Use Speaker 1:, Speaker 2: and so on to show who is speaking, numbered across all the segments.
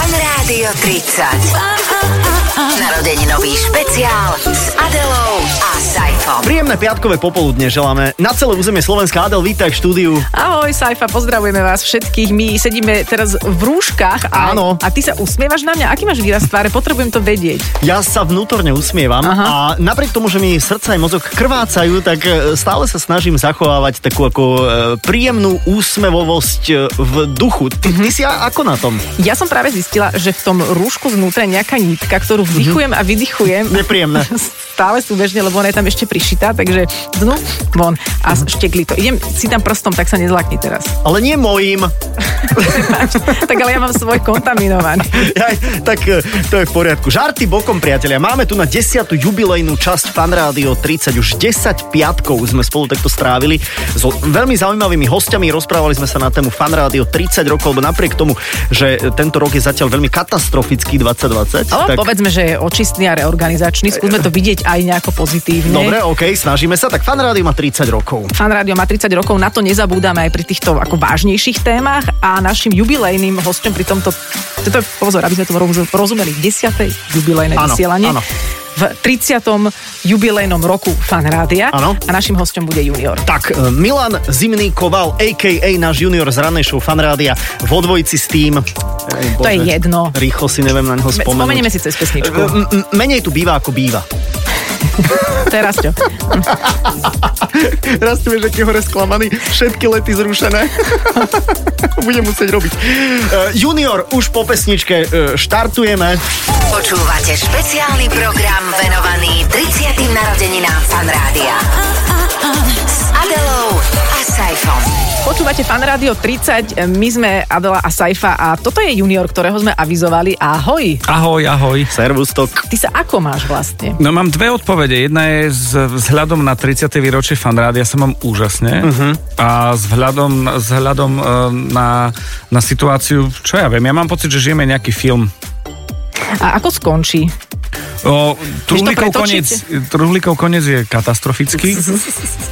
Speaker 1: Rádio 30. Narodeninový špeciál s Adelou a Saifom.
Speaker 2: Príjemné piatkové popoludne želáme na celé územie Slovenska. Adel, vítaj v štúdiu.
Speaker 3: Ahoj, Saifa, pozdravujeme vás všetkých. My sedíme teraz v rúškach. A,
Speaker 2: Áno.
Speaker 3: A ty sa usmievaš na mňa? Aký máš výraz tváre? Potrebujem to vedieť.
Speaker 2: Ja sa vnútorne usmievam Aha.
Speaker 3: Aha.
Speaker 2: a napriek tomu, že mi srdca aj mozog krvácajú, tak e, stále sa snažím zachovávať takú ako e, príjemnú úsmevovosť e, v duchu. Ty, ty si a- ako na tom?
Speaker 3: Ja som práve zistila, že v tom rúšku znútra je nejaká nitka,
Speaker 2: Mhm.
Speaker 3: ktorú vdychujem a vydychujem.
Speaker 2: Nepríjemné.
Speaker 3: Stále sú bežne, lebo ona je tam ešte prišitá, takže dnu, von a
Speaker 2: Mhm.
Speaker 3: štekli to. Idem si tam prstom, tak sa nezlakni teraz.
Speaker 2: Ale nie mojím.
Speaker 3: tak ale ja mám svoj kontaminovaný.
Speaker 2: Aj, tak e, to je v poriadku. Žarty bokom, priatelia. Máme tu na 10. jubilejnú časť Fan Rádio 30. Už 10 piatkov sme spolu takto strávili. S l- veľmi zaujímavými hostiami rozprávali sme sa na tému Fan Rádio 30 rokov, lebo napriek tomu, že tento rok je zatiaľ veľmi katastrofický 2020.
Speaker 3: Ale tak... povedzme, že je očistný a reorganizačný. Skúsme to vidieť aj nejako pozitívne.
Speaker 2: Dobre, OK, snažíme sa. Tak Fan Rádio má 30 rokov.
Speaker 3: Fan Rádio má 30 rokov, na to nezabúdame aj pri týchto ako vážnejších témach a našim jubilejným hostom pri tomto, toto je pozor, aby sme to roz- rozumeli, 10. jubilejné
Speaker 2: Áno,
Speaker 3: vysielanie.
Speaker 2: áno.
Speaker 3: V 30. jubilejnom roku Fan Rádia
Speaker 2: Áno.
Speaker 3: a našim hostom bude junior.
Speaker 2: Tak, e, Milan Zimný Koval, a.k.a. náš junior z ranej show Fan Rádia, vo dvojici s tým... Ej,
Speaker 3: To je
Speaker 2: Bože,
Speaker 3: jedno.
Speaker 2: Rýchlo si neviem na neho spomenúť.
Speaker 3: Spomenieme si cez pesničku.
Speaker 2: M- m- menej tu býva, ako býva.
Speaker 3: Teraz ťo.
Speaker 2: Raz tu vieš, aký hore sklamaný, všetky lety zrušené. Budem musieť robiť. Uh, junior, už po pesničke uh, štartujeme.
Speaker 1: Počúvate špeciálny program venovaný 30. narodeninám Fan Rádia. S Adelou a Saifom.
Speaker 3: Počúvate Fan Rádio 30, my sme Adela a Saifa a toto je junior, ktorého sme avizovali. Ahoj!
Speaker 4: Ahoj, ahoj.
Speaker 2: Servus tok.
Speaker 3: Ty sa ako máš vlastne?
Speaker 4: No mám dve odpovede. Jedna je s vzhľadom na 30. výročie fanrádia sa mám úžasne uh-huh. a s vzhľadom, s vzhľadom eh, na, na situáciu, čo ja viem, ja mám pocit, že žijeme nejaký film.
Speaker 3: A ako skončí?
Speaker 4: O, truhlíkov, koniec,
Speaker 3: pretočiť?
Speaker 4: truhlíkov koniec je katastrofický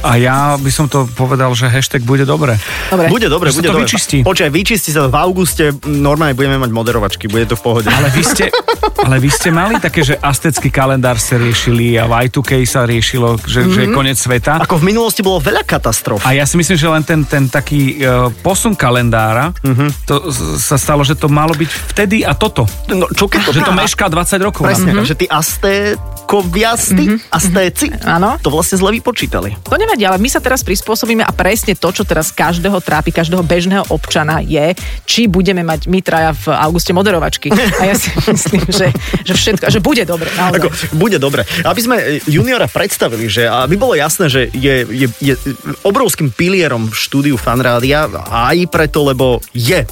Speaker 4: a ja by som to povedal, že hashtag bude dobre.
Speaker 3: Dobre.
Speaker 2: Bude dobre,
Speaker 4: Že sa
Speaker 2: bude
Speaker 4: to
Speaker 2: dobre.
Speaker 4: vyčistí.
Speaker 2: Počkaj, vyčistí sa to v auguste, m, normálne budeme mať moderovačky, bude to v pohode.
Speaker 4: Ale vy ste, ale vy ste mali také, že astecký kalendár ste riešili a v Y2K sa riešilo, že, mm-hmm. že je koniec sveta.
Speaker 2: Ako v minulosti bolo veľa katastrof.
Speaker 4: A ja si myslím, že len ten, ten taký uh, posun kalendára,
Speaker 2: Mhm.
Speaker 4: uh-huh. to s- sa stalo, že to malo byť vtedy a toto.
Speaker 2: No, čo keď to
Speaker 4: Že to Mhm. mešká 20 rokov.
Speaker 2: Presne, mm-hmm. že tí astékoviasti,
Speaker 4: Mhm.
Speaker 2: mm-hmm. astéci,
Speaker 3: Áno.
Speaker 2: to vlastne zle vypočítali.
Speaker 3: To nevadí, ale my sa teraz prispôsobíme a presne to, čo teraz každého trápi, každého bežného občana je, či budeme mať my traja v auguste moderovačky. A ja si myslím, že, že všetko, že bude dobre. Naozaj.
Speaker 2: Ako, bude dobre. Aby sme eh, juniora predstavili, že aby bolo jasné, že je, je, je obrovským pilierom v štúdiu fanrádia aj preto, lebo je e,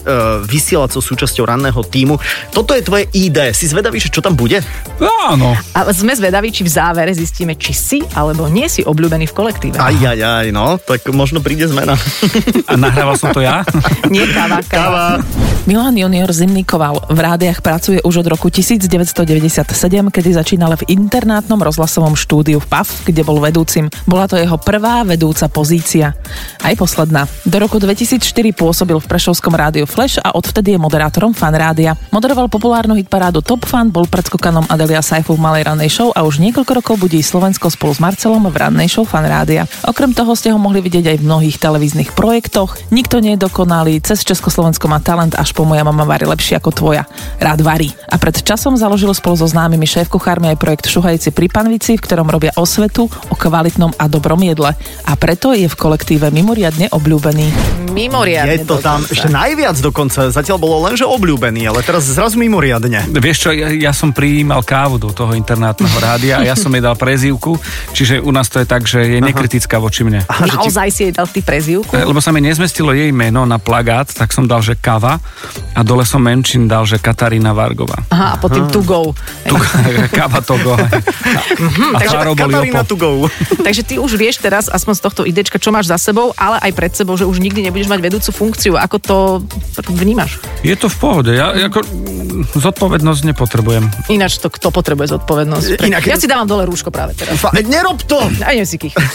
Speaker 2: vysielacou súčasťou ranného týmu. Toto je tvoje ID. Si zvedavý, že čo tam bude?
Speaker 4: Áno.
Speaker 3: A sme zvedaví, či v závere zistíme, či si alebo nie si obľúbený v kolektíve.
Speaker 2: Aj, aj, aj, no, tak možno príde zmena.
Speaker 4: A nahrával som to ja.
Speaker 3: Nie káva, káva.
Speaker 2: Káva.
Speaker 5: Milan Junior Zimnikoval v rádiach pracuje už od roku 1997, kedy začínal v internátnom rozhlasovom štúdiu v PAF, kde bol vedúcim. Bola to jeho prvá vedúca pozícia. Aj posledná. Do roku 2004 pôsobil v Prešovskom rádiu Flash a odvtedy je moderátorom fan rádia. Moderoval populárnu hitparádu Top Fan, bol predskokanom Adelia Saifu v Malej ranej show a už niekoľko rokov budí Slovensko spolu s Marcelom v rannej show fan rádia. Okrem toho ste ho mohli vidieť aj v mnohých televíznych projektoch. Nikto nie je dokonalý, cez Československo má talent, až po moja mama varí lepšie ako tvoja. Rád varí. A pred časom založil spolu so známymi šéf-kuchármi aj projekt Šuhajci pri panvici, v ktorom robia osvetu o kvalitnom a dobrom jedle. A preto je v kolektíve mimoriadne obľúbený.
Speaker 2: Je
Speaker 3: Mimoriadne.
Speaker 2: to tam
Speaker 3: dokonca.
Speaker 2: ešte najviac dokonca. Zatiaľ bolo len, že obľúbený, ale teraz zrazu mimoriadne.
Speaker 4: Vieš čo, ja, ja som prijímal kávu do toho internátneho rádia a ja som jej dal prezývku, čiže u nás to je tak, že je nekritická voči mne. E,
Speaker 2: Aha, že ti-
Speaker 3: Naozaj si jej dal ty prezývku?
Speaker 4: Lebo sa mi nezmestilo jej meno na plagát, tak som dal, že kava a dole som menšin dal, že Katarína Vargová.
Speaker 3: Aha, a potom tu go.
Speaker 4: Tu, kava to go. A
Speaker 2: Mhm. Takže
Speaker 4: Faro bol
Speaker 2: Katarína
Speaker 4: Jopo.
Speaker 2: to go.
Speaker 3: Takže ty už vieš teraz, aspoň z tohto idečka, čo máš za sebou, ale aj pred sebou, že už nikdy nebudeš mať vedúcu funkciu. Ako to vnímaš?
Speaker 4: Je to v pohode, ja ako, zodpovednosť nepotrebujem.
Speaker 3: Ináč to kto potrebuje zodpovednosť? Pre...
Speaker 2: Inak-
Speaker 3: Ja si dávam dole rúško práve teraz.
Speaker 2: Fa- Nerob to!
Speaker 3: A idem si kýchnuť.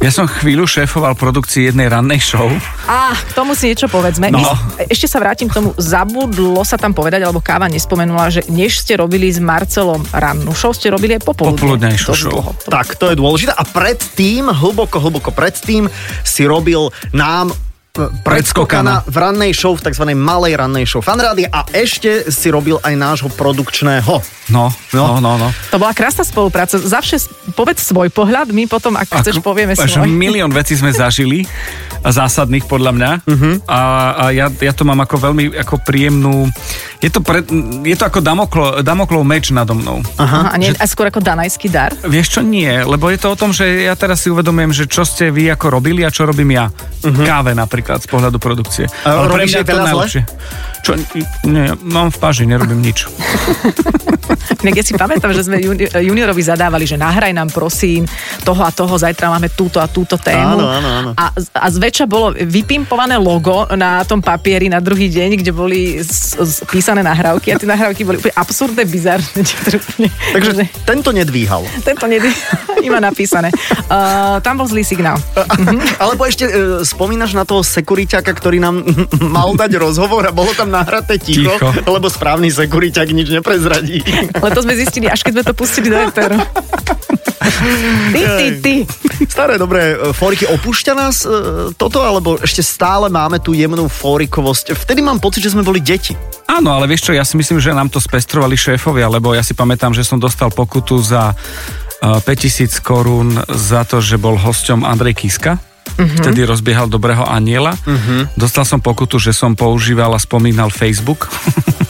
Speaker 4: Ja som chvíľu šéfoval produkcii jednej rannej show.
Speaker 3: Á, k tomu si niečo povedzme.
Speaker 4: No.
Speaker 3: Is- Ešte sa vrátim k tomu, zabudlo sa tam povedať, alebo Káva nespomenula, že než ste robili s Marcelom rannú show, ste robili aj popoludne.
Speaker 4: Popoludnejšiu
Speaker 3: Dosť
Speaker 4: show.
Speaker 3: dlho.
Speaker 2: Tak, to je dôležité. A predtým, hlboko, hlboko predtým, si robil nám e, predskokana v rannej show, v tzv. malej rannej show fanrády a ešte si robil aj nášho produkčného.
Speaker 4: No, no, no, no.
Speaker 3: To bola krásna spolupráca. Zavše povedz svoj pohľad, my potom, ak
Speaker 4: Ako-
Speaker 3: chceš, povieme
Speaker 4: až
Speaker 3: svoj.
Speaker 4: Milión vecí sme zažili, a zásadných podľa mňa.
Speaker 3: Mhm.
Speaker 4: Uh-huh. A, a ja, ja to mám ako veľmi ako príjemnú... Je to, pre, je to ako Damoklo, Damoklov meč nado mnou.
Speaker 3: Aha, a, nie, a skôr ako danajský dar.
Speaker 4: Vieš čo, nie, lebo je to o tom, že ja teraz si uvedomujem, že čo ste vy ako robili a čo robím ja. Uh-huh. Káve napríklad z pohľadu produkcie.
Speaker 2: A robíš aj teraz zle?
Speaker 4: Čo, nie, mám v paži, nerobím nič.
Speaker 3: Inak ja si pamätám, že sme juni- juniorovi zadávali, že nahraj nám prosím toho a toho, zajtra máme túto a túto tému.
Speaker 2: Áno, áno, áno.
Speaker 3: A, a zväčša bolo vypimpované logo na tom papieri na druhý deň, kde boli s- s- písané nahrávky a tie nahrávky boli úplne absurdné, bizarné. niektoré úplne-
Speaker 2: Takže
Speaker 3: že
Speaker 2: tento nedvíhal.
Speaker 3: tento nedy ima napísané. Uh, tam bol zlý signál.
Speaker 2: Alebo ešte e, spomínaš na toho sekuriťaka, ktorý nám mal dať rozhovor a bolo tam nahraté ticho,
Speaker 4: Ticho.
Speaker 2: ticho. lebo správny sekuriťak nič neprezradí.
Speaker 3: Ale to sme zistili, až keď sme to pustili do éteru. Ty, ty, ty.
Speaker 2: Staré dobré e, fóriky, opúšťa nás e, toto, alebo ešte stále máme tú jemnú fórikovosť? Vtedy mám pocit, že sme boli deti.
Speaker 4: Áno, ale vieš čo, ja si myslím, že nám to spestrovali šéfovia, lebo ja si pamätám, že som dostal pokutu za eh, 5000 korún za to, že bol hosťom Andrej Kiska. Uh-huh. Vtedy rozbiehal Dobrého aniela. Uh-huh. Dostal som pokutu, že som používal a spomínal Facebook.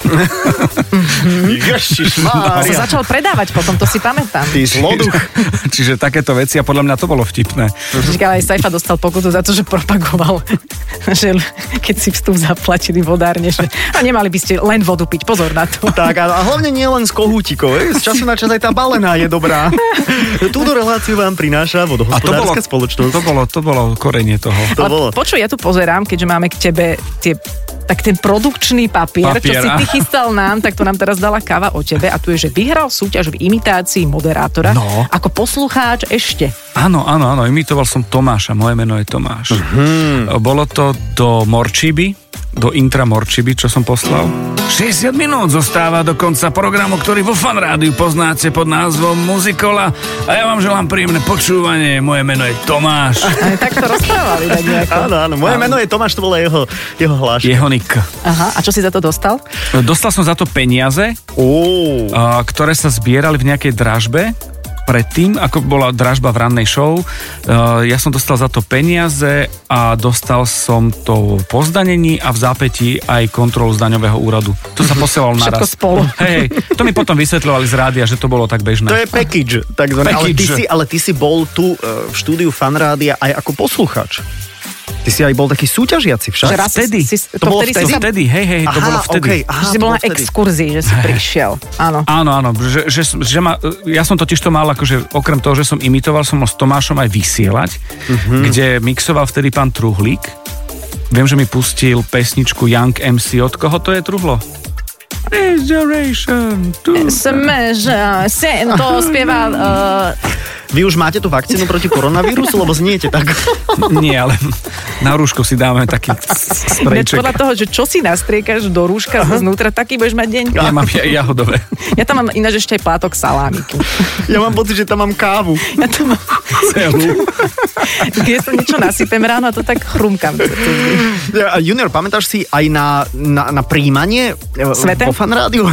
Speaker 3: A
Speaker 2: Ježišmária.
Speaker 3: sa začal predávať potom, to si pamätám.
Speaker 2: Ty zloduch.
Speaker 4: Čiže takéto veci a podľa mňa to bolo vtipné.
Speaker 3: Čiže ale aj Saifa dostal pokutu za to, že propagoval, že l- keď si vstup zaplatili vodárne, že a nemali by ste len vodu piť, pozor na to.
Speaker 2: Tak a a hlavne nie len z kohútikov, e, z času na čas aj tá balená je dobrá. Túto reláciu vám prináša vodohospodárska spoločnosť.
Speaker 4: to bolo, to bolo korenie toho.
Speaker 2: To bolo.
Speaker 3: Ale počuj, ja tu pozerám, keďže máme k tebe tie tak ten produkčný papier,
Speaker 4: Papier,
Speaker 3: čo si
Speaker 4: a-
Speaker 3: ty chystal nám, tak to nám teraz dala káva o tebe a tu je, že vyhral súťaž v imitácii moderátora
Speaker 4: No.
Speaker 3: ako poslucháč ešte.
Speaker 4: Áno, áno, áno, imitoval som Tomáša, moje meno je Tomáš. Mm-hmm. Bolo to do Morčiby, do intra Morčiby, čo som poslal. 60 minút zostáva do konca programu, ktorý vo fanrádiu poznáte pod názvom Muzikola a ja vám želám príjemné počúvanie, moje meno je Tomáš.
Speaker 3: A tak to rozprávali tak nejako.
Speaker 2: Áno, áno. Moje meno je Tomáš, to bola jeho, jeho hláška.
Speaker 4: Jeho nick.
Speaker 3: Aha, a čo si za to dostal?
Speaker 4: Dostal som za to peniaze,
Speaker 2: Ó.
Speaker 4: a, ktoré sa zbierali v nejakej dražbe predtým, ako bola dražba v rannej show. a, Ja som dostal za to peniaze a dostal som to po zdanení a v zápätí aj kontrolu z daňového úradu. To sa posielalo
Speaker 3: Všetko
Speaker 4: naraz.
Speaker 3: spolu.
Speaker 4: Hej, hej, to mi potom vysvetľovali z rádia, že to bolo tak bežné.
Speaker 2: To je package, takzvané. Ale ty,
Speaker 4: Package.
Speaker 2: si, ale ty si bol tu e, v štúdiu fanrádia aj ako posluchač. Ty si aj bol taký súťažiaci však.
Speaker 3: Že raz si-
Speaker 4: vtedy.
Speaker 3: si,
Speaker 2: To bolo
Speaker 3: si
Speaker 4: To
Speaker 3: sa-
Speaker 4: vtedy, hej, hej, to
Speaker 2: Aha,
Speaker 4: bolo vtedy.
Speaker 2: okej, aha,
Speaker 3: Že si
Speaker 2: to
Speaker 3: bol
Speaker 2: bolo
Speaker 3: na
Speaker 2: vtedy.
Speaker 3: exkurzii, že si prišiel. Áno.
Speaker 4: Áno, áno, že, že, že ma, ja som totiž to mal, akože okrem toho, že som imitoval, som ho s Tomášom aj vysielať, uh-huh. kde mixoval vtedy pán Truhlík. Viem, že mi pustil pesničku Young MC, od koho to je Truhlo? Restoration.
Speaker 3: Sme, že se, to spieval... Uh,
Speaker 2: Vy už máte tú vakcínu proti koronavírusu, lebo zniete tak.
Speaker 4: Nie, ale na rúško si dáme taký
Speaker 3: ináč
Speaker 4: strejček.
Speaker 3: podľa toho, že čo si nastriekaš do rúška znútra, taký budeš mať deň.
Speaker 4: Ja mám ja- jahodové.
Speaker 3: Ja tam mám ináč ešte aj plátok salámiky.
Speaker 2: Ja mám pocit, že tam mám kávu.
Speaker 3: Ja tam mám,
Speaker 4: Celú.
Speaker 3: kde sa niečo nasypem ráno a to tak chrumkam.
Speaker 2: Ja, E, a Junior, pamätáš si aj na, na, na príjmanie e,
Speaker 3: Svetem?
Speaker 2: po fanrádiu?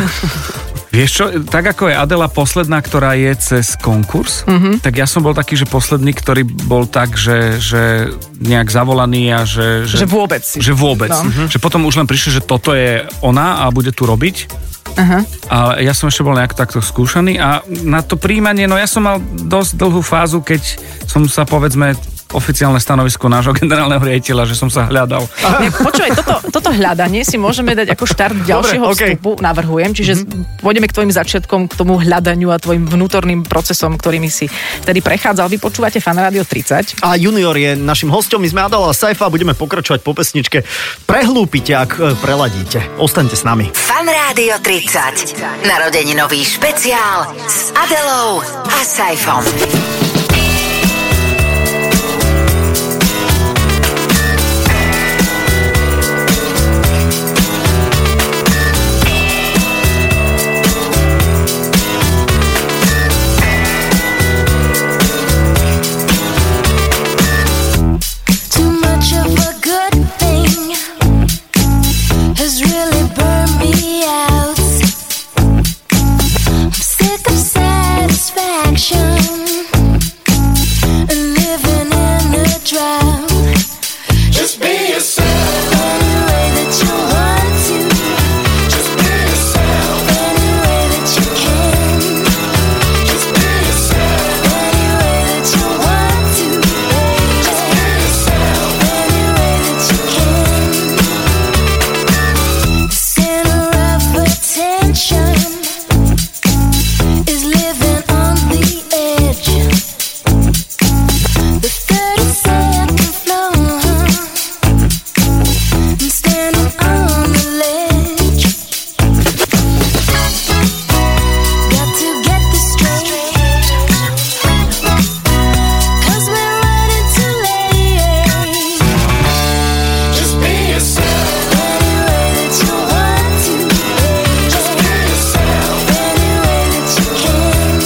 Speaker 4: Vieš čo, tak ako je Adela posledná, ktorá je cez konkurs,
Speaker 3: Mhm.
Speaker 4: mm-hmm. tak ja som bol taký, že posledný, ktorý bol tak, že, že nejak zavolaný a že...
Speaker 3: Že vôbec si-
Speaker 4: Že vôbec.
Speaker 3: No.
Speaker 4: No. Že potom už len prišli, že toto je ona a bude tu robiť.
Speaker 3: Aha.
Speaker 4: A ja som ešte bol nejak takto skúšaný a na to príjmanie, no ja som mal dosť dlhú fázu, keď som sa povedzme oficiálne stanovisko nášho generálneho riaditeľa, že som sa hľadal.
Speaker 3: Ne, Počúvaj, toto, toto hľadanie si môžeme dať ako štart ďalšieho
Speaker 2: Dobre, okej.
Speaker 3: okay. vstupu, navrhujem, čiže mm-hmm. pôjdeme k tvojim začiatkom, k tomu hľadaniu a tvojim vnútorným procesom, ktorými si vtedy prechádzal. Vy počúvate Fan Radio 30.
Speaker 2: A Junior je našim hostom, my sme Adela a Saifa, budeme pokračovať po pesničke. Prehlúpite, ak e, preladíte. Ostaňte s nami.
Speaker 1: Fan Rádio 30. Narodeninový špeciál s Adelou a Saifom.
Speaker 6: has really burned me out. I'm sick of satisfaction and living in a drought. Just be yourself. Any way that you want to. Just be yourself. Any way that you can. Just be yourself. Any way that you want to. Just be yourself. Any way that you can. Center of attention is living on the edge. The 30 second floor, I'm standing on the ledge. Got to get this straight, cause we're running too late. Just be yourself. Any way that you want to. Just be yourself. Any way that you can.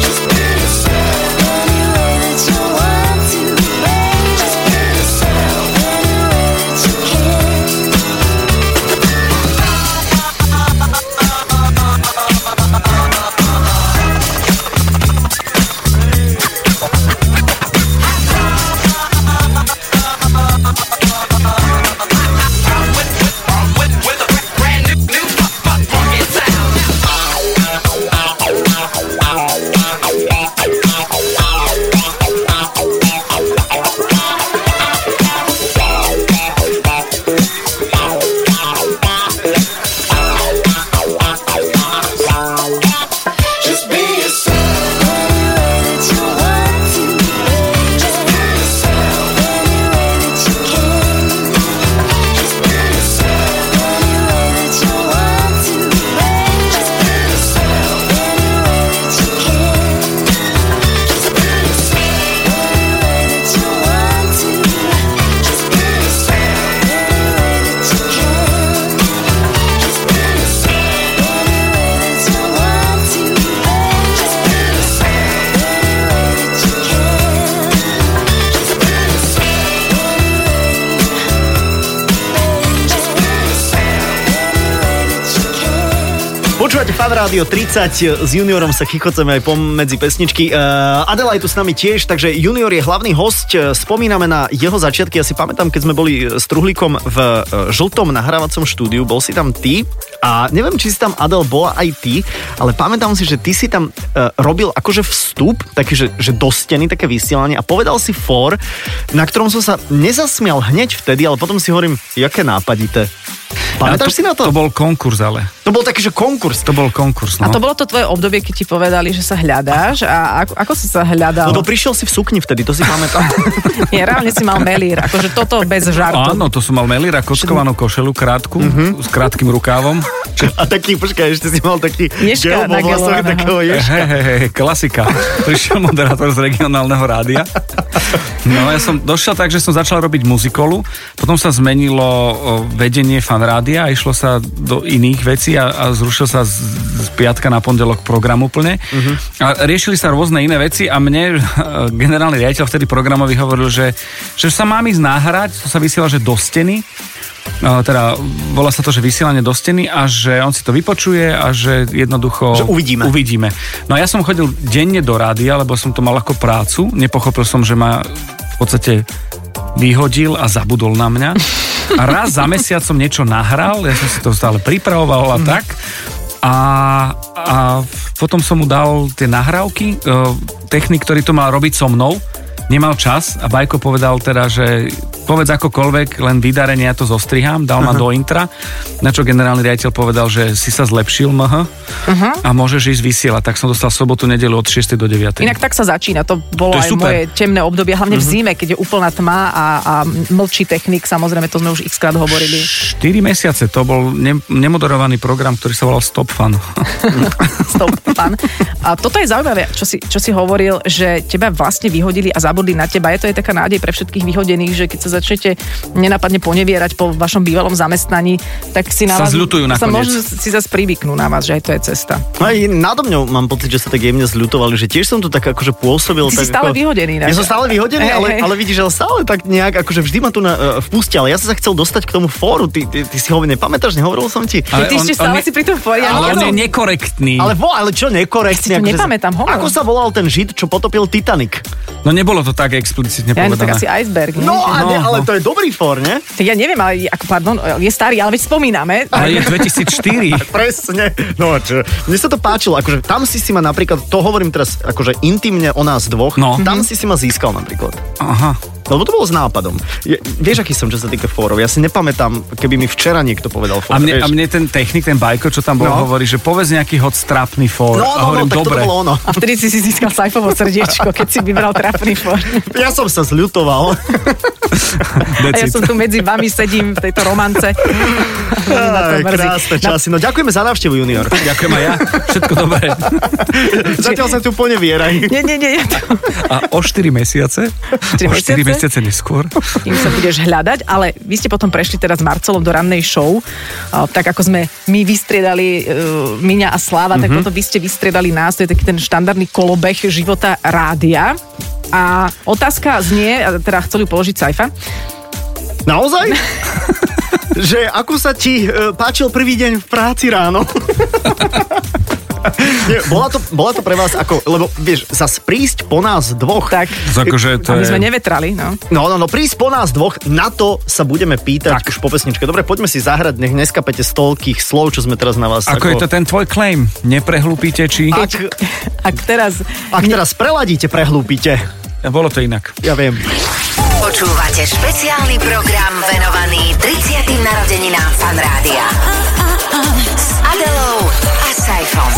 Speaker 6: Just be yourself. Any way that you want to. Just be yourself. Any way that you can.
Speaker 7: Just be yourself.
Speaker 6: Any way that you want to. Just be yourself. Any way that you can. Just be yourself. Any way that you want to. Just be yourself. Any way that you can. Just be yourself. Any way that you want to. Just be yourself. Any way that you can. Just be yourself. Any way that you want to. Just be yourself. Any way that you can. Just be yourself.
Speaker 2: Počúvate Fan Rádio 30, s Juniorom sa chichoceme aj pomedzi pesničky. Uh, Adela je tu s nami tiež, takže Junior je hlavný host. E, Spomíname na jeho začiatky. Ja si pamätám, keď sme boli s Truhlíkom v eh, žltom nahrávacom štúdiu, bol si tam ty a neviem, či si tam Adel bola aj ty, ale pamätám si, že ty si tam eh, robil akože vstup, taký, že, že do steny, také vysielanie a povedal si for, na ktorom som sa nezasmial hneď vtedy, ale potom si hovorím, jaké nápadité. Pamätáš
Speaker 4: A
Speaker 2: si na to?
Speaker 4: To bol konkurs, ale.
Speaker 2: to bol taký, že konkurs.
Speaker 4: To bol konkurs,
Speaker 3: A
Speaker 4: no.
Speaker 3: to bolo to tvoje obdobie, keď ti povedali, že sa hľadáš a ako, ako si sa hľadal?
Speaker 2: Lebo prišiel si v sukni vtedy, to si pamätám.
Speaker 3: Nie, reálne si mal melír, akože toto bez žartu.
Speaker 4: Áno, to som mal melíra, kockovanú košelu krátku, s krátkým rukávom.
Speaker 2: A taký, počkaj, ešte si mal taký
Speaker 3: Ježka
Speaker 2: gel vo vlasoch,
Speaker 3: nagelovaného.
Speaker 2: takého jež.
Speaker 4: Hej, hej, hej, klasika. Prišiel moderátor z regionálneho rádia. No ja som došiel tak, že som začal robiť muzikolu, potom sa zmenilo o, vedenie fan rádia a išlo sa do iných vecí a, a zrušil sa z, z piatka na pondelok program úplne.
Speaker 2: Mhm.
Speaker 4: Uh-huh. A riešili sa rôzne iné veci a mne e, generálny riaditeľ vtedy programový hovoril, že, že sa mám ísť nahrať, to sa vysiela, že do steny a teda volá sa to, že vysielanie do steny a že on si to vypočuje a že jednoducho...
Speaker 2: Že uvidíme.
Speaker 4: Uvidíme. No a ja som chodil denne do rádia, lebo som to mal ako prácu. Nepochopil som, že ma v podstate vyhodil a zabudol na mňa. A raz za mesiac som niečo nahral, ja som si to stále pripravoval a tak. A, a potom som mu dal tie nahrávky. E, Technik, ktorý to mal robiť so mnou, nemal čas a Bajko povedal teda, že povedz akokoľvek, len vydarenie ja to zostrihám, dal ma do intra, na čo generálny riaditeľ povedal, že si sa zlepšil mh a môžeš ísť vysielať. Tak som dostal sobotu, nedelu od 6. do 9.
Speaker 3: Inak tak sa začína, to bolo
Speaker 4: To je
Speaker 3: aj
Speaker 4: super. Mhm.
Speaker 3: moje temné obdobie, hlavne v zime, keď je úplná tma a, a mlčí technik, samozrejme, to sme už x krát hovorili.
Speaker 4: 4 mesiace, to bol ne- nemoderovaný program, ktorý sa volal Stop Fan.
Speaker 3: stop fan. A toto je zaujímavé, čo si, čo si hovoril, že teba vlastne vyhodili a zabudli na teba. Je to je taká nádej pre všetkých vyhodených, že keď sa sa začnete nenápadne ponevierať po vašom bývalom zamestnaní, tak si na
Speaker 4: Sa
Speaker 3: vás...
Speaker 4: zľutujú
Speaker 3: sa
Speaker 4: nakoniec.
Speaker 3: možno si zase privyknú na vás, že aj to je cesta.
Speaker 2: Aj No nado mňou mám pocit, že sa tak jemne zľutovali, že tiež som tu tak akože pôsobil.
Speaker 3: Ty
Speaker 2: tak
Speaker 3: si stále
Speaker 2: ako...
Speaker 3: vyhodený ináč.
Speaker 2: Ja som stále vyhodený,
Speaker 3: Hej,
Speaker 2: ale,
Speaker 3: hej.
Speaker 2: ale vidíš, ale stále tak nejak, akože vždy ma tu na, uh, vpustia, ale ja som sa chcel dostať k tomu fóru, ty, ty, ty si ho nepamätáš, nehovoril som ti.
Speaker 4: Ale
Speaker 3: Ty
Speaker 4: on-
Speaker 3: ešte
Speaker 4: on
Speaker 3: stále
Speaker 4: je-
Speaker 3: si pri tom fóri.
Speaker 4: Ale on
Speaker 3: áno.
Speaker 4: je nekorektný.
Speaker 2: Ale vo, ale čo
Speaker 3: Ja si
Speaker 2: nekorektne.
Speaker 3: to
Speaker 2: akože sa-
Speaker 3: nepamätám, hovor.
Speaker 2: Ako sa volal ten žid, čo potopil Titanic?
Speaker 4: No nebolo to tak explicitne
Speaker 3: Ja, no, tak
Speaker 4: povedané.
Speaker 3: asi iceberg. nie?
Speaker 2: No, a ne,
Speaker 4: No,
Speaker 2: ale
Speaker 4: no.
Speaker 2: to je dobrý fór, ne?
Speaker 3: Tak ja neviem, ale ako, pardon, je starý, ale veď spomíname.
Speaker 4: Ale je 2004.
Speaker 2: Presne. No, čo, mne sa to páčilo. Akože tam si si ma napríklad, to hovorím teraz akože intimne o nás dvoch,
Speaker 4: No.
Speaker 2: tam
Speaker 3: Mhm.
Speaker 2: si si ma získal napríklad.
Speaker 4: Aha.
Speaker 2: Lebo to bolo s nápadom. Je, vieš, aký som, čo sa týka fórov? Ja si nepamätám, keby mi včera niekto povedal fór.
Speaker 4: A mne,
Speaker 2: vieš.
Speaker 4: a mne ten technik, ten bajko, čo tam bol,
Speaker 2: No.
Speaker 4: no. hovorí, že povedz nejaký hod strapný for.
Speaker 2: No,
Speaker 4: a
Speaker 2: no, no,
Speaker 4: hovorím,
Speaker 2: tak
Speaker 4: dobre.
Speaker 2: to bolo ono.
Speaker 3: A vtedy si si získal sajfovo srdiečko, keď si vybral trafný fór.
Speaker 2: Ja som sa zľutoval.
Speaker 3: A ja
Speaker 4: Decid.
Speaker 3: som tu medzi vami, sedím v tejto romance. Na to
Speaker 2: Aj,
Speaker 3: mrzí.
Speaker 2: krásne časy. No ďakujeme za návštevu, junior.
Speaker 4: Ďakujem aj ja. Všetko dobré.
Speaker 2: Zatiaľ sa tu ponevieraj.
Speaker 3: Nie, nie, nie, ja to...
Speaker 4: A o 4 mesiace?
Speaker 3: Štyri
Speaker 4: o 4
Speaker 3: mesiace?
Speaker 4: mesiace neskôr.
Speaker 3: kým sa budeš hľadať, ale vy ste potom prešli teraz s Marcelom do rannej show, a tak ako sme my vystriedali uh, Miňa a Sláva,
Speaker 4: Mhm.
Speaker 3: mm-hmm. tak potom vy ste vystriedali nás, to je taký ten štandardný kolobeh života rádia. A otázka znie, a teda chceli ju položiť Saifa,
Speaker 2: Naozaj? že ako sa ti e, páčil prvý deň v práci ráno? Nie, bola, to, bola to pre vás ako, lebo vieš, zas prísť po nás dvoch.
Speaker 3: tak
Speaker 4: Akože to
Speaker 3: aby
Speaker 4: je...
Speaker 3: sme nevetrali, no.
Speaker 2: No, no, no, prísť po nás dvoch, na to sa budeme pýtať tak. už po pesničke. Dobre, poďme si zahrať, nech neskapete z toľkých slov, čo sme teraz na vás...
Speaker 4: Ako je to ten tvoj claim? Neprehlúpite, či...
Speaker 2: Ak,
Speaker 3: Ak teraz...
Speaker 2: ak teraz preladíte, prehlúpite.
Speaker 4: Bolo to inak.
Speaker 2: Ja viem.
Speaker 1: Počúvate špeciálny program venovaný 30. narodeninám Fan Rádia. S Adelou a Saifom.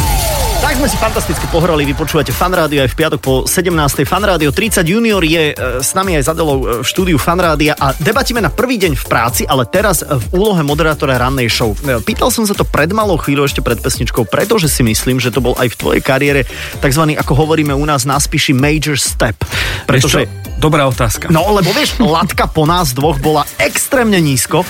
Speaker 2: Tak sme si fantasticky pohrali, vypočúvate Fanrádio aj v piatok po 17. Fanrádio 30 Junior je e, s nami aj zadelou v štúdiu Fanrádia a debatíme na prvý deň v práci, ale teraz e, v úlohe moderátora rannej show. E, Pýtal som sa to pred malou chvíľou ešte pred pesničkou, pretože si myslím, že to bol aj v tvojej kariére tzv. ako hovoríme u nás na spíši major step. Pretože
Speaker 4: Pretože... Dobrá otázka.
Speaker 2: No, lebo vieš, latka po nás dvoch bola extrémne nízko.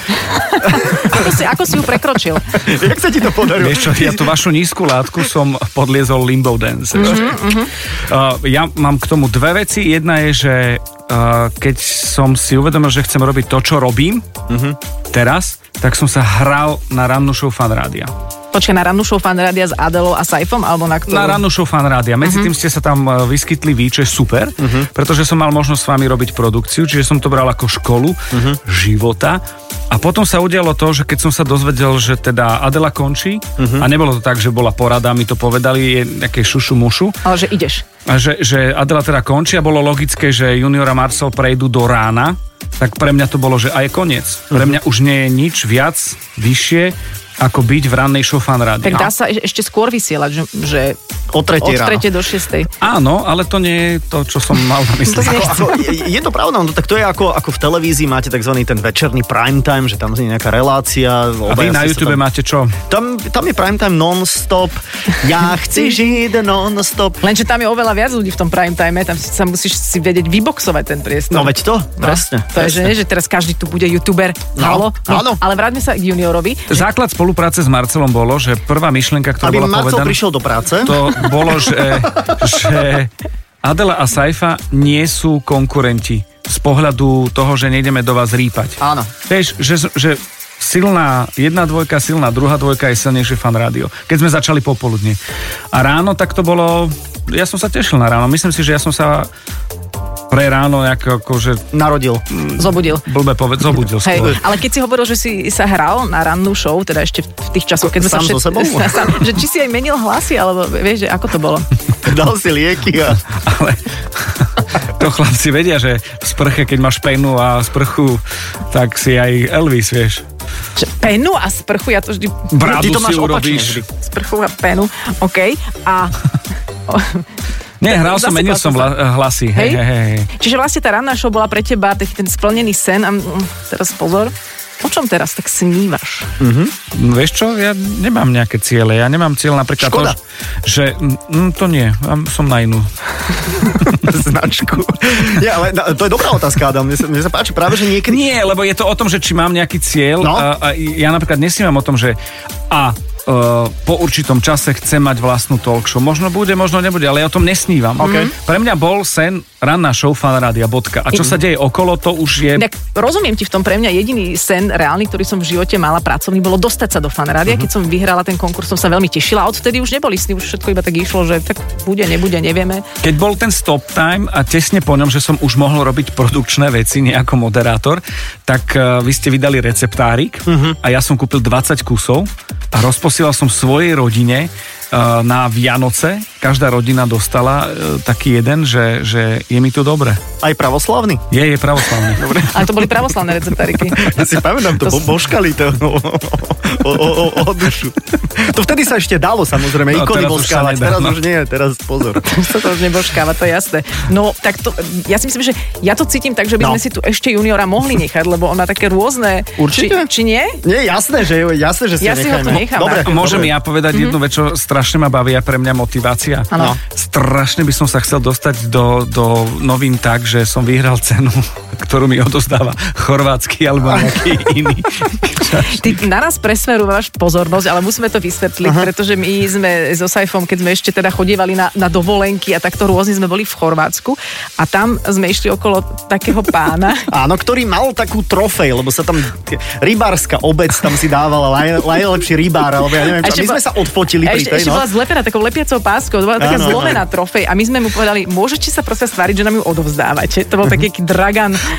Speaker 3: Ako si, ako si ju prekročil?
Speaker 2: Jak sa ti to podarilo?
Speaker 4: Vieš čo, ja tú vašu nízku látku som podliezol limbo dance. Mm-hmm. Uh, ja mám k tomu dve veci. Jedna je, že uh, keď som si uvedomil, že chcem robiť to, čo robím mm-hmm. teraz, tak som sa hral na rannú show fan rádia.
Speaker 3: Počkaj, na rannú show fan rádia s Adelou a Saifom, alebo na ktorú?
Speaker 4: Na rannú show fan rádia. Medzi
Speaker 3: Mhm.
Speaker 4: tým ste sa tam uh, vyskytli vy, čo je super, pretože som mal možnosť s vami robiť produkciu, čiže som to bral ako školu
Speaker 3: Mhm.
Speaker 4: života. A potom sa udialo to, že keď som sa dozvedel, že teda Adela končí,
Speaker 3: Mhm.
Speaker 4: a nebolo to tak, že bola porada, mi to povedali, je nejaké šušu mušu,
Speaker 3: Ale že ideš.
Speaker 4: a že, že Adela teda končí a bolo logické, že Junior a Marcel prejdú do rána, tak pre mňa to bolo, že aj koniec.
Speaker 3: Mhm.
Speaker 4: Pre mňa už nie je nič viac vyššie, ako byť v rannej show fan
Speaker 3: Tak
Speaker 4: rádia.
Speaker 3: dá sa e- ešte skôr vysielať, že, že
Speaker 2: No. O tretej
Speaker 3: od
Speaker 2: ráno.
Speaker 3: 3. do 6.
Speaker 4: Áno, ale to nie je to, čo som mal na mysli.
Speaker 2: Ako, ako, je- je to pravda, no tak to je ako, ako v televízii máte tzv. ten večerný prime time, že tam je nejaká relácia.
Speaker 4: A vy na YouTube
Speaker 2: tam,
Speaker 4: máte čo?
Speaker 2: tam, tam je prime time non-stop. Ja chci žiť non-stop.
Speaker 3: Lenže tam je oveľa viac ľudí v tom prime time, tam si sa musíš si vedieť vyboxovať ten priestor.
Speaker 2: No veď to, presne.
Speaker 3: To je, že, nie, že teraz každý tu bude youtuber.
Speaker 2: No,
Speaker 3: Halo?
Speaker 2: áno.
Speaker 3: Ale vráťme sa k juniorovi.
Speaker 4: Základ spolupráce s Marcelom bolo, že prvá myšlienka, ktorá
Speaker 2: Aby
Speaker 4: bola
Speaker 2: Marcel
Speaker 4: povedaná,
Speaker 2: prišiel do práce.
Speaker 4: to bolo, že, že Adela a Saifa nie sú konkurenti z pohľadu toho, že nejdeme do vás rýpať.
Speaker 2: Áno.
Speaker 4: Vieš, že, že silná jedna dvojka, silná druhá dvojka je silnejšie fan rádio. Keď sme začali popoludne. A ráno tak to bolo... Ja som sa tešil na ráno. Myslím si, že ja som sa pre ráno nejak akože
Speaker 2: Narodil.
Speaker 3: Zobudil.
Speaker 4: blbe poved, zobudil
Speaker 3: Hej,
Speaker 4: skôr.
Speaker 3: ale keď si hovoril, že si sa hral na rannú show, teda ešte v tých časoch, keď sme
Speaker 2: Sám
Speaker 3: sa
Speaker 2: so sebou?
Speaker 3: sám, že či si aj menil hlasy, alebo vieš, že ako to bolo?
Speaker 2: Dal si lieky a...
Speaker 4: Ale to chlapci vedia, že v sprche, keď máš penu a sprchu, tak si aj Elvis, vieš.
Speaker 3: Že penu a sprchu, ja to vždy
Speaker 2: Ty
Speaker 4: Bradu
Speaker 2: to máš
Speaker 4: si
Speaker 2: opačne
Speaker 4: urobíš.
Speaker 2: vždy.
Speaker 3: sprchu a penu, OK. A
Speaker 4: Nie, hral som,
Speaker 3: Zasekla
Speaker 4: menil
Speaker 3: som
Speaker 4: som
Speaker 3: sa.
Speaker 4: vla- hlasy. Hej,
Speaker 3: Hej?
Speaker 4: hej, hej.
Speaker 3: Čiže vlastne tá ranná show bola pre teba taký ten splnený sen a mm, teraz pozor, O čom teraz tak snívaš?
Speaker 4: No, Vieš čo, ja nemám nejaké ciele. Ja nemám cieľ napríklad
Speaker 2: Škoda.
Speaker 4: to, že... Mm, to nie, ja som na inú.
Speaker 2: značku. Nie, ale na- to je dobrá otázka, Adam. Mne sa, mne sa páči práve, že niekedy...
Speaker 4: Nie, lebo je to o tom, že či mám nejaký cieľ.
Speaker 2: No.
Speaker 4: A, a ja napríklad nesnímam o tom, že a e, po určitom čase chcem mať vlastnú talk show. Možno bude, možno nebude, ale ja o tom nesnívam.
Speaker 2: OK.
Speaker 4: Pre mňa bol sen ranná show fanrádia, bodka. A čo sa deje okolo, to už je...
Speaker 3: Inak rozumiem ti v tom, pre mňa jediný sen reálny, ktorý som v živote mala pracovný, bolo dostať sa do
Speaker 4: Mhm.
Speaker 3: fanrádia. Keď som vyhrala ten konkurs, som sa veľmi tešila. Odvtedy už neboli sny, už všetko iba tak išlo, že tak bude, nebude, nevieme.
Speaker 4: Keď bol ten stop time a tesne po ňom, že som už mohol robiť produkčné veci nie ako moderátor, tak eh, vy ste vydali receptárik uh-huh. a ja som kúpil 20 kusov a rozposielal som svojej rodine eh, na Vianoce. Každá rodina dostala eh, taký jeden, že, že je mi to dobre.
Speaker 2: Aj pravoslavný.
Speaker 4: Je, je pravoslavný. Dobre.
Speaker 3: Ale to boli pravoslavné receptáriky.
Speaker 2: Ja si pamätám, to,
Speaker 3: To
Speaker 2: to
Speaker 3: sú-
Speaker 2: božkali to o, o, o, o, o dušu. To vtedy sa ešte dalo samozrejme,
Speaker 4: No,
Speaker 2: ikony
Speaker 4: teraz už sa
Speaker 2: boskávať,
Speaker 4: nedá,
Speaker 2: teraz
Speaker 4: no.
Speaker 2: už nie, teraz pozor.
Speaker 3: sa to už nebožkáva, to je jasné. No, tak to, ja si myslím, že ja to cítim tak, že by
Speaker 2: No.
Speaker 3: sme si tu ešte juniora mohli nechať, lebo on má také rôzne...
Speaker 2: Určite.
Speaker 3: Či, či nie?
Speaker 2: Nie, jasné, že, jasné, že si
Speaker 3: Ja
Speaker 2: ho
Speaker 3: si ho
Speaker 2: nechajme.
Speaker 3: tu nechám,
Speaker 2: Dobre,
Speaker 3: Martin.
Speaker 4: Môžem ja povedať jednu vec, čo strašne ma baví a pre mňa motivácia.
Speaker 3: Áno.
Speaker 4: No. Strašne by som sa chcel dostať do, do novín tak, že som vyhral cenu, ktorú mi odozdáva chorvátsky alebo nejaký iný.
Speaker 3: Ty naraz presmerúvaš pozornosť, ale musíme to vysvetliť, Aha. pretože my sme so Saifom, keď sme ešte teda chodievali na, na dovolenky a takto rôzne sme boli v Chorvátsku a tam sme išli okolo takého pána,
Speaker 2: Áno, ktorý mal takú trofej, lebo sa tam t- rybárska obec tam si dávala, laj, najlepší rybár, alebo ja neviem
Speaker 3: A
Speaker 2: čo.
Speaker 3: ešte
Speaker 2: My sme
Speaker 3: bola-
Speaker 2: sa odfotili
Speaker 3: a
Speaker 2: pri
Speaker 3: ešte,
Speaker 2: tej,
Speaker 3: ešte
Speaker 2: no.
Speaker 3: bola zlepená takou lepiacou páskou, to bola taká
Speaker 2: Áno, áno.
Speaker 3: zlomená trofej a my sme mu povedali, môžete sa prosím stvariť, že nám ju odovzdávate. To bol
Speaker 2: Mhm.
Speaker 3: taký aký dragan ch-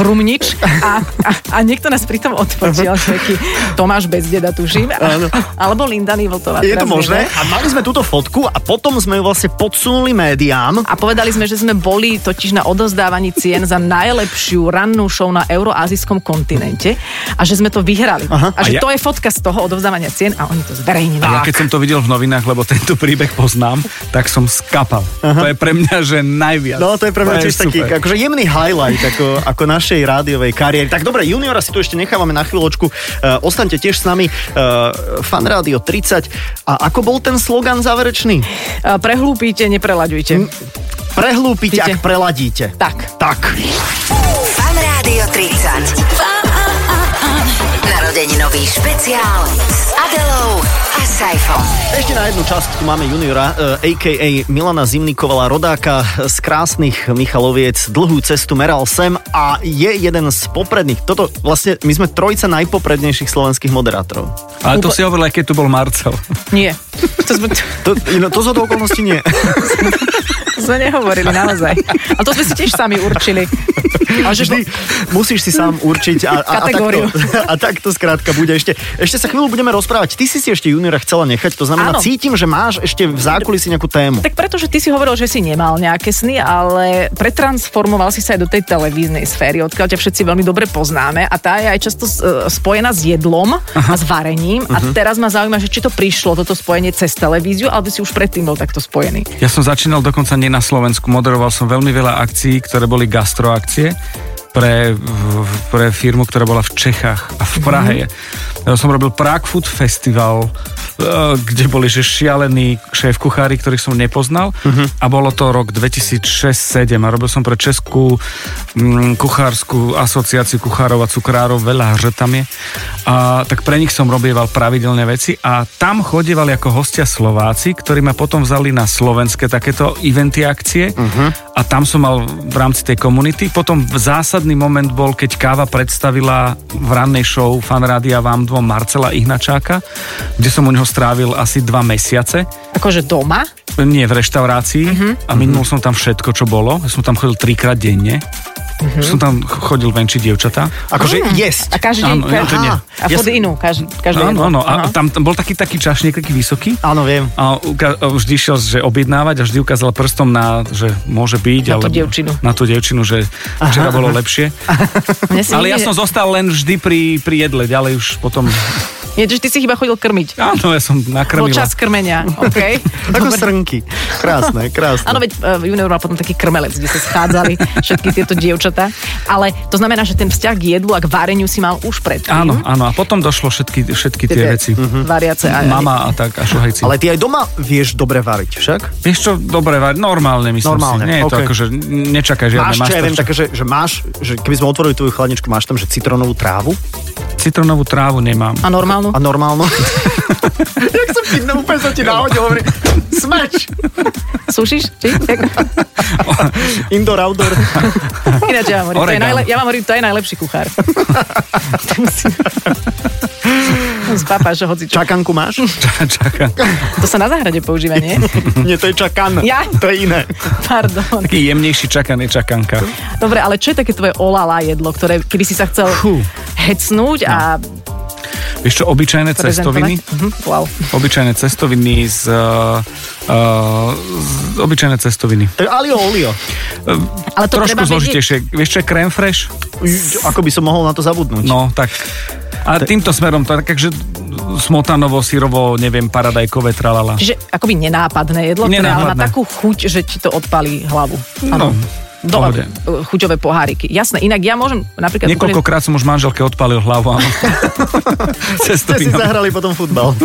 Speaker 3: chrumnič a, a, a niekto nás pritom odfotil,
Speaker 2: Mhm.
Speaker 3: nejaký Tomáš Bezdeda, tuším, a, alebo Linda Nivoltová.
Speaker 2: Je to
Speaker 3: teraz
Speaker 2: možné.
Speaker 3: neviem.
Speaker 2: A mali sme túto fotku a potom sme ju vlastne podsunuli médiám.
Speaker 3: A povedali sme, že sme boli totiž na odozdávaní cien za najlepšiu rannú show na euroazijskom kontinente a že sme to vyhrali. Aha. A že
Speaker 4: A ja-
Speaker 3: to je fotka z toho odovzdávania cien a oni to zverejnili.
Speaker 4: A ja keď som to videl v novinách, lebo tento príbeh poznám, tak som skapal. To je pre mňa, že najviac.
Speaker 2: No, to je pre mňa tiež taký
Speaker 4: super.
Speaker 2: akože jemný highlight ako, ako našej rádiovej kariéry. Tak dobre, juniora si tu ešte nechávame na chvíľočku. Uh, ostaňte tiež s nami. Uh, Fan Rádio 30. A ako bol ten slogan záverečný?
Speaker 3: A Prehlúpite, neprelaďujte.
Speaker 2: Prehlúpite,
Speaker 3: Víte.
Speaker 2: ak preladíte.
Speaker 3: Tak.
Speaker 2: Tak.
Speaker 1: Fan Rádio 30. Narodeninový špeciál s Adelou a Saifom.
Speaker 2: Ešte na jednu časť tu máme juniora, eh, a.k.a. Milana Zimnikovala, rodáka z krásnych Michaloviec, dlhú cestu meral sem a je jeden z popredných. Toto vlastne, my sme trojica najpoprednejších slovenských moderátorov.
Speaker 4: Ale to si hovoril, aj keď tu bol Marcel.
Speaker 3: Nie. To sme, to
Speaker 2: To, no, to zo do okolností nie.
Speaker 3: sme nehovorili naozaj. A to sme si tiež sami určili. A že
Speaker 2: Vždy musíš si sám určiť a, a, a, takto,
Speaker 3: Kategóriu.
Speaker 2: a takto skrátka bude. Ešte, ešte sa chvíľu budeme rozprávať. Ty si si ešte juniora chcela nechať, to znamená,
Speaker 3: Áno.
Speaker 2: cítim, že máš ešte v zákulisí nejakú tému.
Speaker 3: Tak preto, že ty si hovoril, že si nemal nejaké sny, ale pretransformoval si sa aj do tej televíznej sféry, odkiaľ ťa všetci veľmi dobre poznáme a tá je aj často s- e, spojená s jedlom a s varením a
Speaker 4: Mhm.
Speaker 3: teraz ma zaujíma, že či to prišlo toto spojenie cez televíziu, alebo si už predtým bol takto spojený.
Speaker 4: Ja som začínal dokonca nie na Slovensku. Moderoval som veľmi veľa akcií, ktoré boli gastroakcie pre, v- pre firmu, ktorá bola v Čechách a v Prahe. Ja som robil Prague Food Festival, e, kde boli že šialení šéf-kuchári, ktorých som nepoznal a bolo to rok 2006-2007 a robil som pre Českú mm, kuchárskú asociáciu kuchárov a cukrárov, veľa že tam je. A, tak pre nich som robieval pravidelné veci a tam chodievali ako hostia Slováci, ktorí ma potom vzali na slovenské takéto eventy akcie uh-huh. a tam som mal v rámci tej komunity. Potom v zásadný moment bol, keď Káva predstavila v rannej show fan rádia vám dvom Marcela Ihnačáka, kde som u neho strávil asi dva mesiace.
Speaker 3: Akože doma?
Speaker 4: Nie, v reštaurácii a minul som tam všetko, čo bolo. Ja som tam chodil trikrát denne. Som tam chodil venčiť dievčatá.
Speaker 2: Akože jesť.
Speaker 3: A každý deň?
Speaker 4: Áno, ja to nie.
Speaker 3: A
Speaker 4: Ja
Speaker 3: pod
Speaker 4: som-
Speaker 3: inú, každý, každý
Speaker 4: Áno, áno. A tam, tam bol taký, taký čašník, taký vysoký.
Speaker 2: Áno, viem.
Speaker 4: A, uka- a vždy šiel, že objednávať a vždy ukázal prstom na, že môže byť.
Speaker 3: Na tú dievčinu.
Speaker 4: Na tú dievčinu, že včera bolo lepšie.
Speaker 3: Mne si
Speaker 4: Ale ja
Speaker 3: nikdy-
Speaker 4: som zostal len vždy pri, pri jedle, ďalej už potom...
Speaker 3: Nie, že ty si ich iba chodil krmiť.
Speaker 4: Áno, ja som
Speaker 3: Bol
Speaker 4: nakrmila.
Speaker 3: čas krmenia, OK?
Speaker 2: Ako strnky. Krásne, krásne.
Speaker 3: Áno, veď uh, junior mal potom taký krmelec, kde sa schádzali všetky tieto dievčatá. Ale to znamená, že ten vzťah k jedlu a k vareniu si mal už predtým.
Speaker 4: Áno,
Speaker 2: Mhm.
Speaker 4: áno. A potom došlo všetky, všetky tie veci.
Speaker 3: Mhm. Variace. A,
Speaker 4: Mama a tak a šohajci.
Speaker 2: Ale ty aj doma vieš dobre variť však?
Speaker 4: Vieš čo, dobre, va- normálne myslím
Speaker 2: Normálne,
Speaker 4: si. Nie je to
Speaker 2: okej.
Speaker 4: ako, že nečakaj žiadne
Speaker 2: Máš, čo ja
Speaker 4: master,
Speaker 2: viem, také, že, že máš, že keby sme otvorili tvoju chladničku, máš tam, že citronovú trávu
Speaker 4: Citronovú trávu nemám.
Speaker 3: a normálnu?
Speaker 2: a normálnu. Jak som ti úplne sa ti náhodil, hovorím, smač!
Speaker 3: Sušíš? Či? Jak-
Speaker 2: Indoor, outdoor.
Speaker 3: Ináč ja vám hovorím, to je
Speaker 4: Oregano.
Speaker 3: najle- ja vám hovorím, to je najlepší kuchár. To musím- Spápaš, že hoci čo.
Speaker 2: Čakanku máš?
Speaker 4: Čaká.
Speaker 3: To sa na záhrade používa, nie?
Speaker 2: Nie, to je čakan.
Speaker 3: Ja?
Speaker 2: To je iné.
Speaker 3: Pardon.
Speaker 4: Taký jemnejší čakaný čakanka.
Speaker 3: Dobre, ale čo je také tvoje olala jedlo, ktoré keby si sa chcel
Speaker 4: Fú.
Speaker 3: hecnúť a
Speaker 4: Vieš čo, obyčajné cestoviny?
Speaker 3: prezentovať? Mhm, wow.
Speaker 4: Obyčajné cestoviny z, uh, uh, z obyčajné cestoviny.
Speaker 2: To je alio olio.
Speaker 3: Ale to
Speaker 4: Trošku
Speaker 3: treba vedieť-
Speaker 4: zložitejšie. Vieš čo je creme fresh?
Speaker 2: J- Ako by som mohol na to zabudnúť?
Speaker 4: No, tak. A týmto smerom, tak, takže smotanovo, syrovo, neviem, paradajkové, tralala.
Speaker 3: Čiže akoby nenápadné jedlo, ktoré ale má
Speaker 4: Nenápadné.
Speaker 3: takú chuť, že ti to odpalí hlavu.
Speaker 4: No,
Speaker 3: Dole,
Speaker 4: pohode.
Speaker 3: chuťové poháriky. Jasné, inak ja môžem napríklad... úplne-
Speaker 4: Niekoľkokrát som už manželke odpalil hlavu, áno.
Speaker 2: Ste si
Speaker 4: Cestovinou.
Speaker 2: zahrali potom futbal.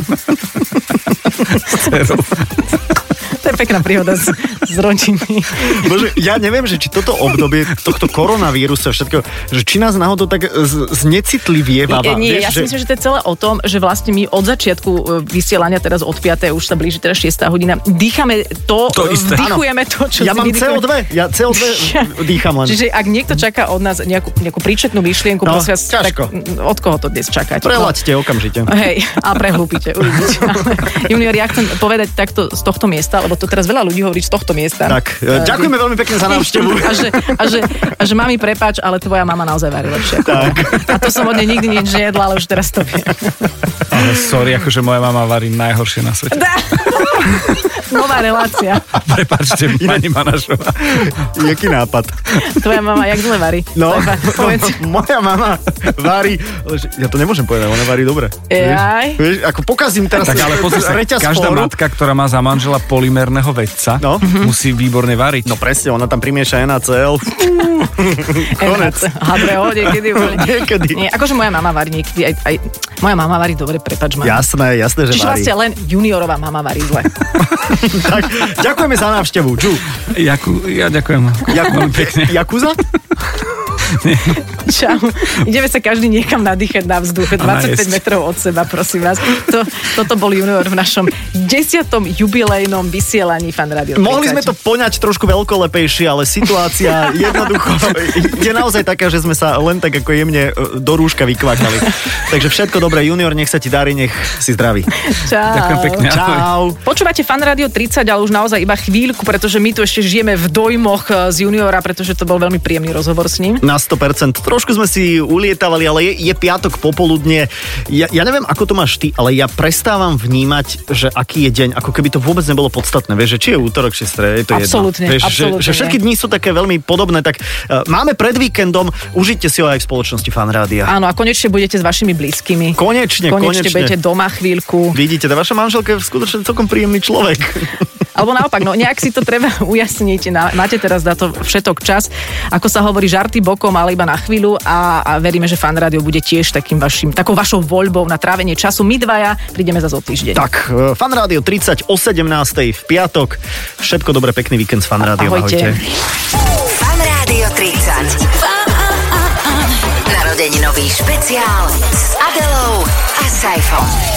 Speaker 3: To je pekná príhoda z, z rodiny.
Speaker 2: Bože, ja neviem, že či toto obdobie tohto koronavírusa všetko, že či nás náhodou tak z- znecitlivieva.
Speaker 3: Nie, nie, ja
Speaker 2: že...
Speaker 3: si myslím, že to je celé o tom, že vlastne my od začiatku e, vysielania teraz od 5. už sa blíži teraz 6. hodina, dýchame to,
Speaker 4: To isté.
Speaker 3: vdychujeme to, čo
Speaker 2: Ja
Speaker 3: si
Speaker 2: mám
Speaker 3: vydychujeme.
Speaker 2: CO2, ja CO2 dýcham len.
Speaker 3: Čiže ak niekto čaká od nás nejakú, nejakú príčetnú myšlienku,
Speaker 2: No,
Speaker 3: prosím vás, tak
Speaker 2: ťažko.
Speaker 3: mm, od koho to dnes čakať? No.
Speaker 2: Prelaďte okamžite.
Speaker 3: Hej, a prehlúpite, uvidíte. Ale junior, ja chcem povedať takto z tohto miesta, lebo to teraz veľa ľudí hovorí z tohto miesta.
Speaker 2: Tak, e, ďakujeme veľmi pekne za návštevu.
Speaker 3: A že, a, že, a že mami, prepáč, ale tvoja mama naozaj varí lepšie. ako
Speaker 2: Tak.
Speaker 3: moja. A to som od nej nikdy nič nejedla, ale už teraz to viem.
Speaker 4: Ale sorry, akože moja mama varí najhoršie na svete.
Speaker 3: Dá. Nová relácia.
Speaker 4: Prepáčte, pani Manašová.
Speaker 2: Jaký nápad?
Speaker 3: Tvoja mama, jak zle varí?
Speaker 2: No,
Speaker 3: Tvoja- Povedz.
Speaker 2: moja mama varí, lenže ja to nemôžem povedať, ona varí dobre. Vieš,
Speaker 3: Jaj.
Speaker 2: vieš, ako pokazím teraz
Speaker 4: Tak ale pozri sa,
Speaker 2: reťaz
Speaker 4: každá
Speaker 2: fóru.
Speaker 4: matka, ktorá má za manžela polimerného vedca,
Speaker 2: No.
Speaker 4: musí výborne variť.
Speaker 2: No presne, ona tam primieša NaCl. Konec.
Speaker 3: Habreo, niekedy. boli.
Speaker 2: Niekedy.
Speaker 3: Nie, akože moja mama varí niekedy. Aj, aj, moja mama varí dobre, prepač ma.
Speaker 2: Jasné, jasné, že
Speaker 3: Čiže
Speaker 2: varí.
Speaker 3: vlastne len juniorová mama varí zle.
Speaker 2: Tak, ďakujeme za návštevu. Ču.
Speaker 4: Jaku, ja ďakujem.
Speaker 2: Jaku,
Speaker 4: Veľmi pekne.
Speaker 2: Jakuza?
Speaker 3: Čau. Ideme sa každý niekam nadýchať na vzduch. 25
Speaker 4: najesť.
Speaker 3: metrov od seba, prosím vás. To, toto bol junior v našom 10. jubilejnom vysielaní Fan Radio.
Speaker 2: Mohli
Speaker 3: 30.
Speaker 2: sme to poňať trošku veľkolepejšie, ale situácia jednoducho je naozaj taká, že sme sa len tak ako jemne e, do rúška vykvakali. Takže všetko dobré, junior, nech sa ti darí, nech si zdravý.
Speaker 3: Čau.
Speaker 4: Ďakujem pekne. Ahoj.
Speaker 2: Čau.
Speaker 3: Počúvate Fan Radio 30, ale už naozaj iba chvíľku, pretože my tu ešte žijeme v dojmoch eh, z juniora, pretože to bol veľmi príjemný rozhovor s ním.
Speaker 2: Na 100%. Trošku sme si ulietavali, ale je, je piatok popoludne. Ja, ja neviem, ako to máš ty, ale ja prestávam vnímať, že aký je deň, ako keby to vôbec nebolo podstatné. Vieš, že či je útorok, či streda, je to
Speaker 3: Absolútne,
Speaker 2: jedno. Vieš,
Speaker 3: absolútne,
Speaker 2: Že, že všetky
Speaker 3: nie.
Speaker 2: dni sú také veľmi podobné, tak uh, máme pred víkendom, užite si ho aj v spoločnosti Fanrádia.
Speaker 3: Áno, a konečne budete s vašimi blízkymi.
Speaker 2: Konečne, konečne.
Speaker 3: konečne budete doma chvíľku.
Speaker 2: Vidíte, tá vaša manželka je skutočne celkom príjemný človek.
Speaker 3: Alebo naopak, no nejak si to treba ujasniť. Na, máte teraz na to všetok čas. Ako sa hovorí, žarty bokom, ale iba na chvíľu a, a veríme, že fan rádio bude tiež takým vašim, takou vašou voľbou na trávenie času. My dvaja prídeme zase o týždeň.
Speaker 2: Tak, e, Fanrádio 30 o 17. v piatok. Všetko dobré, pekný víkend s Fanrádiom. Ahojte.
Speaker 3: Ahojte.
Speaker 1: Fan Rádio 30. Narodeninový špeciál s Adelou a Saifom.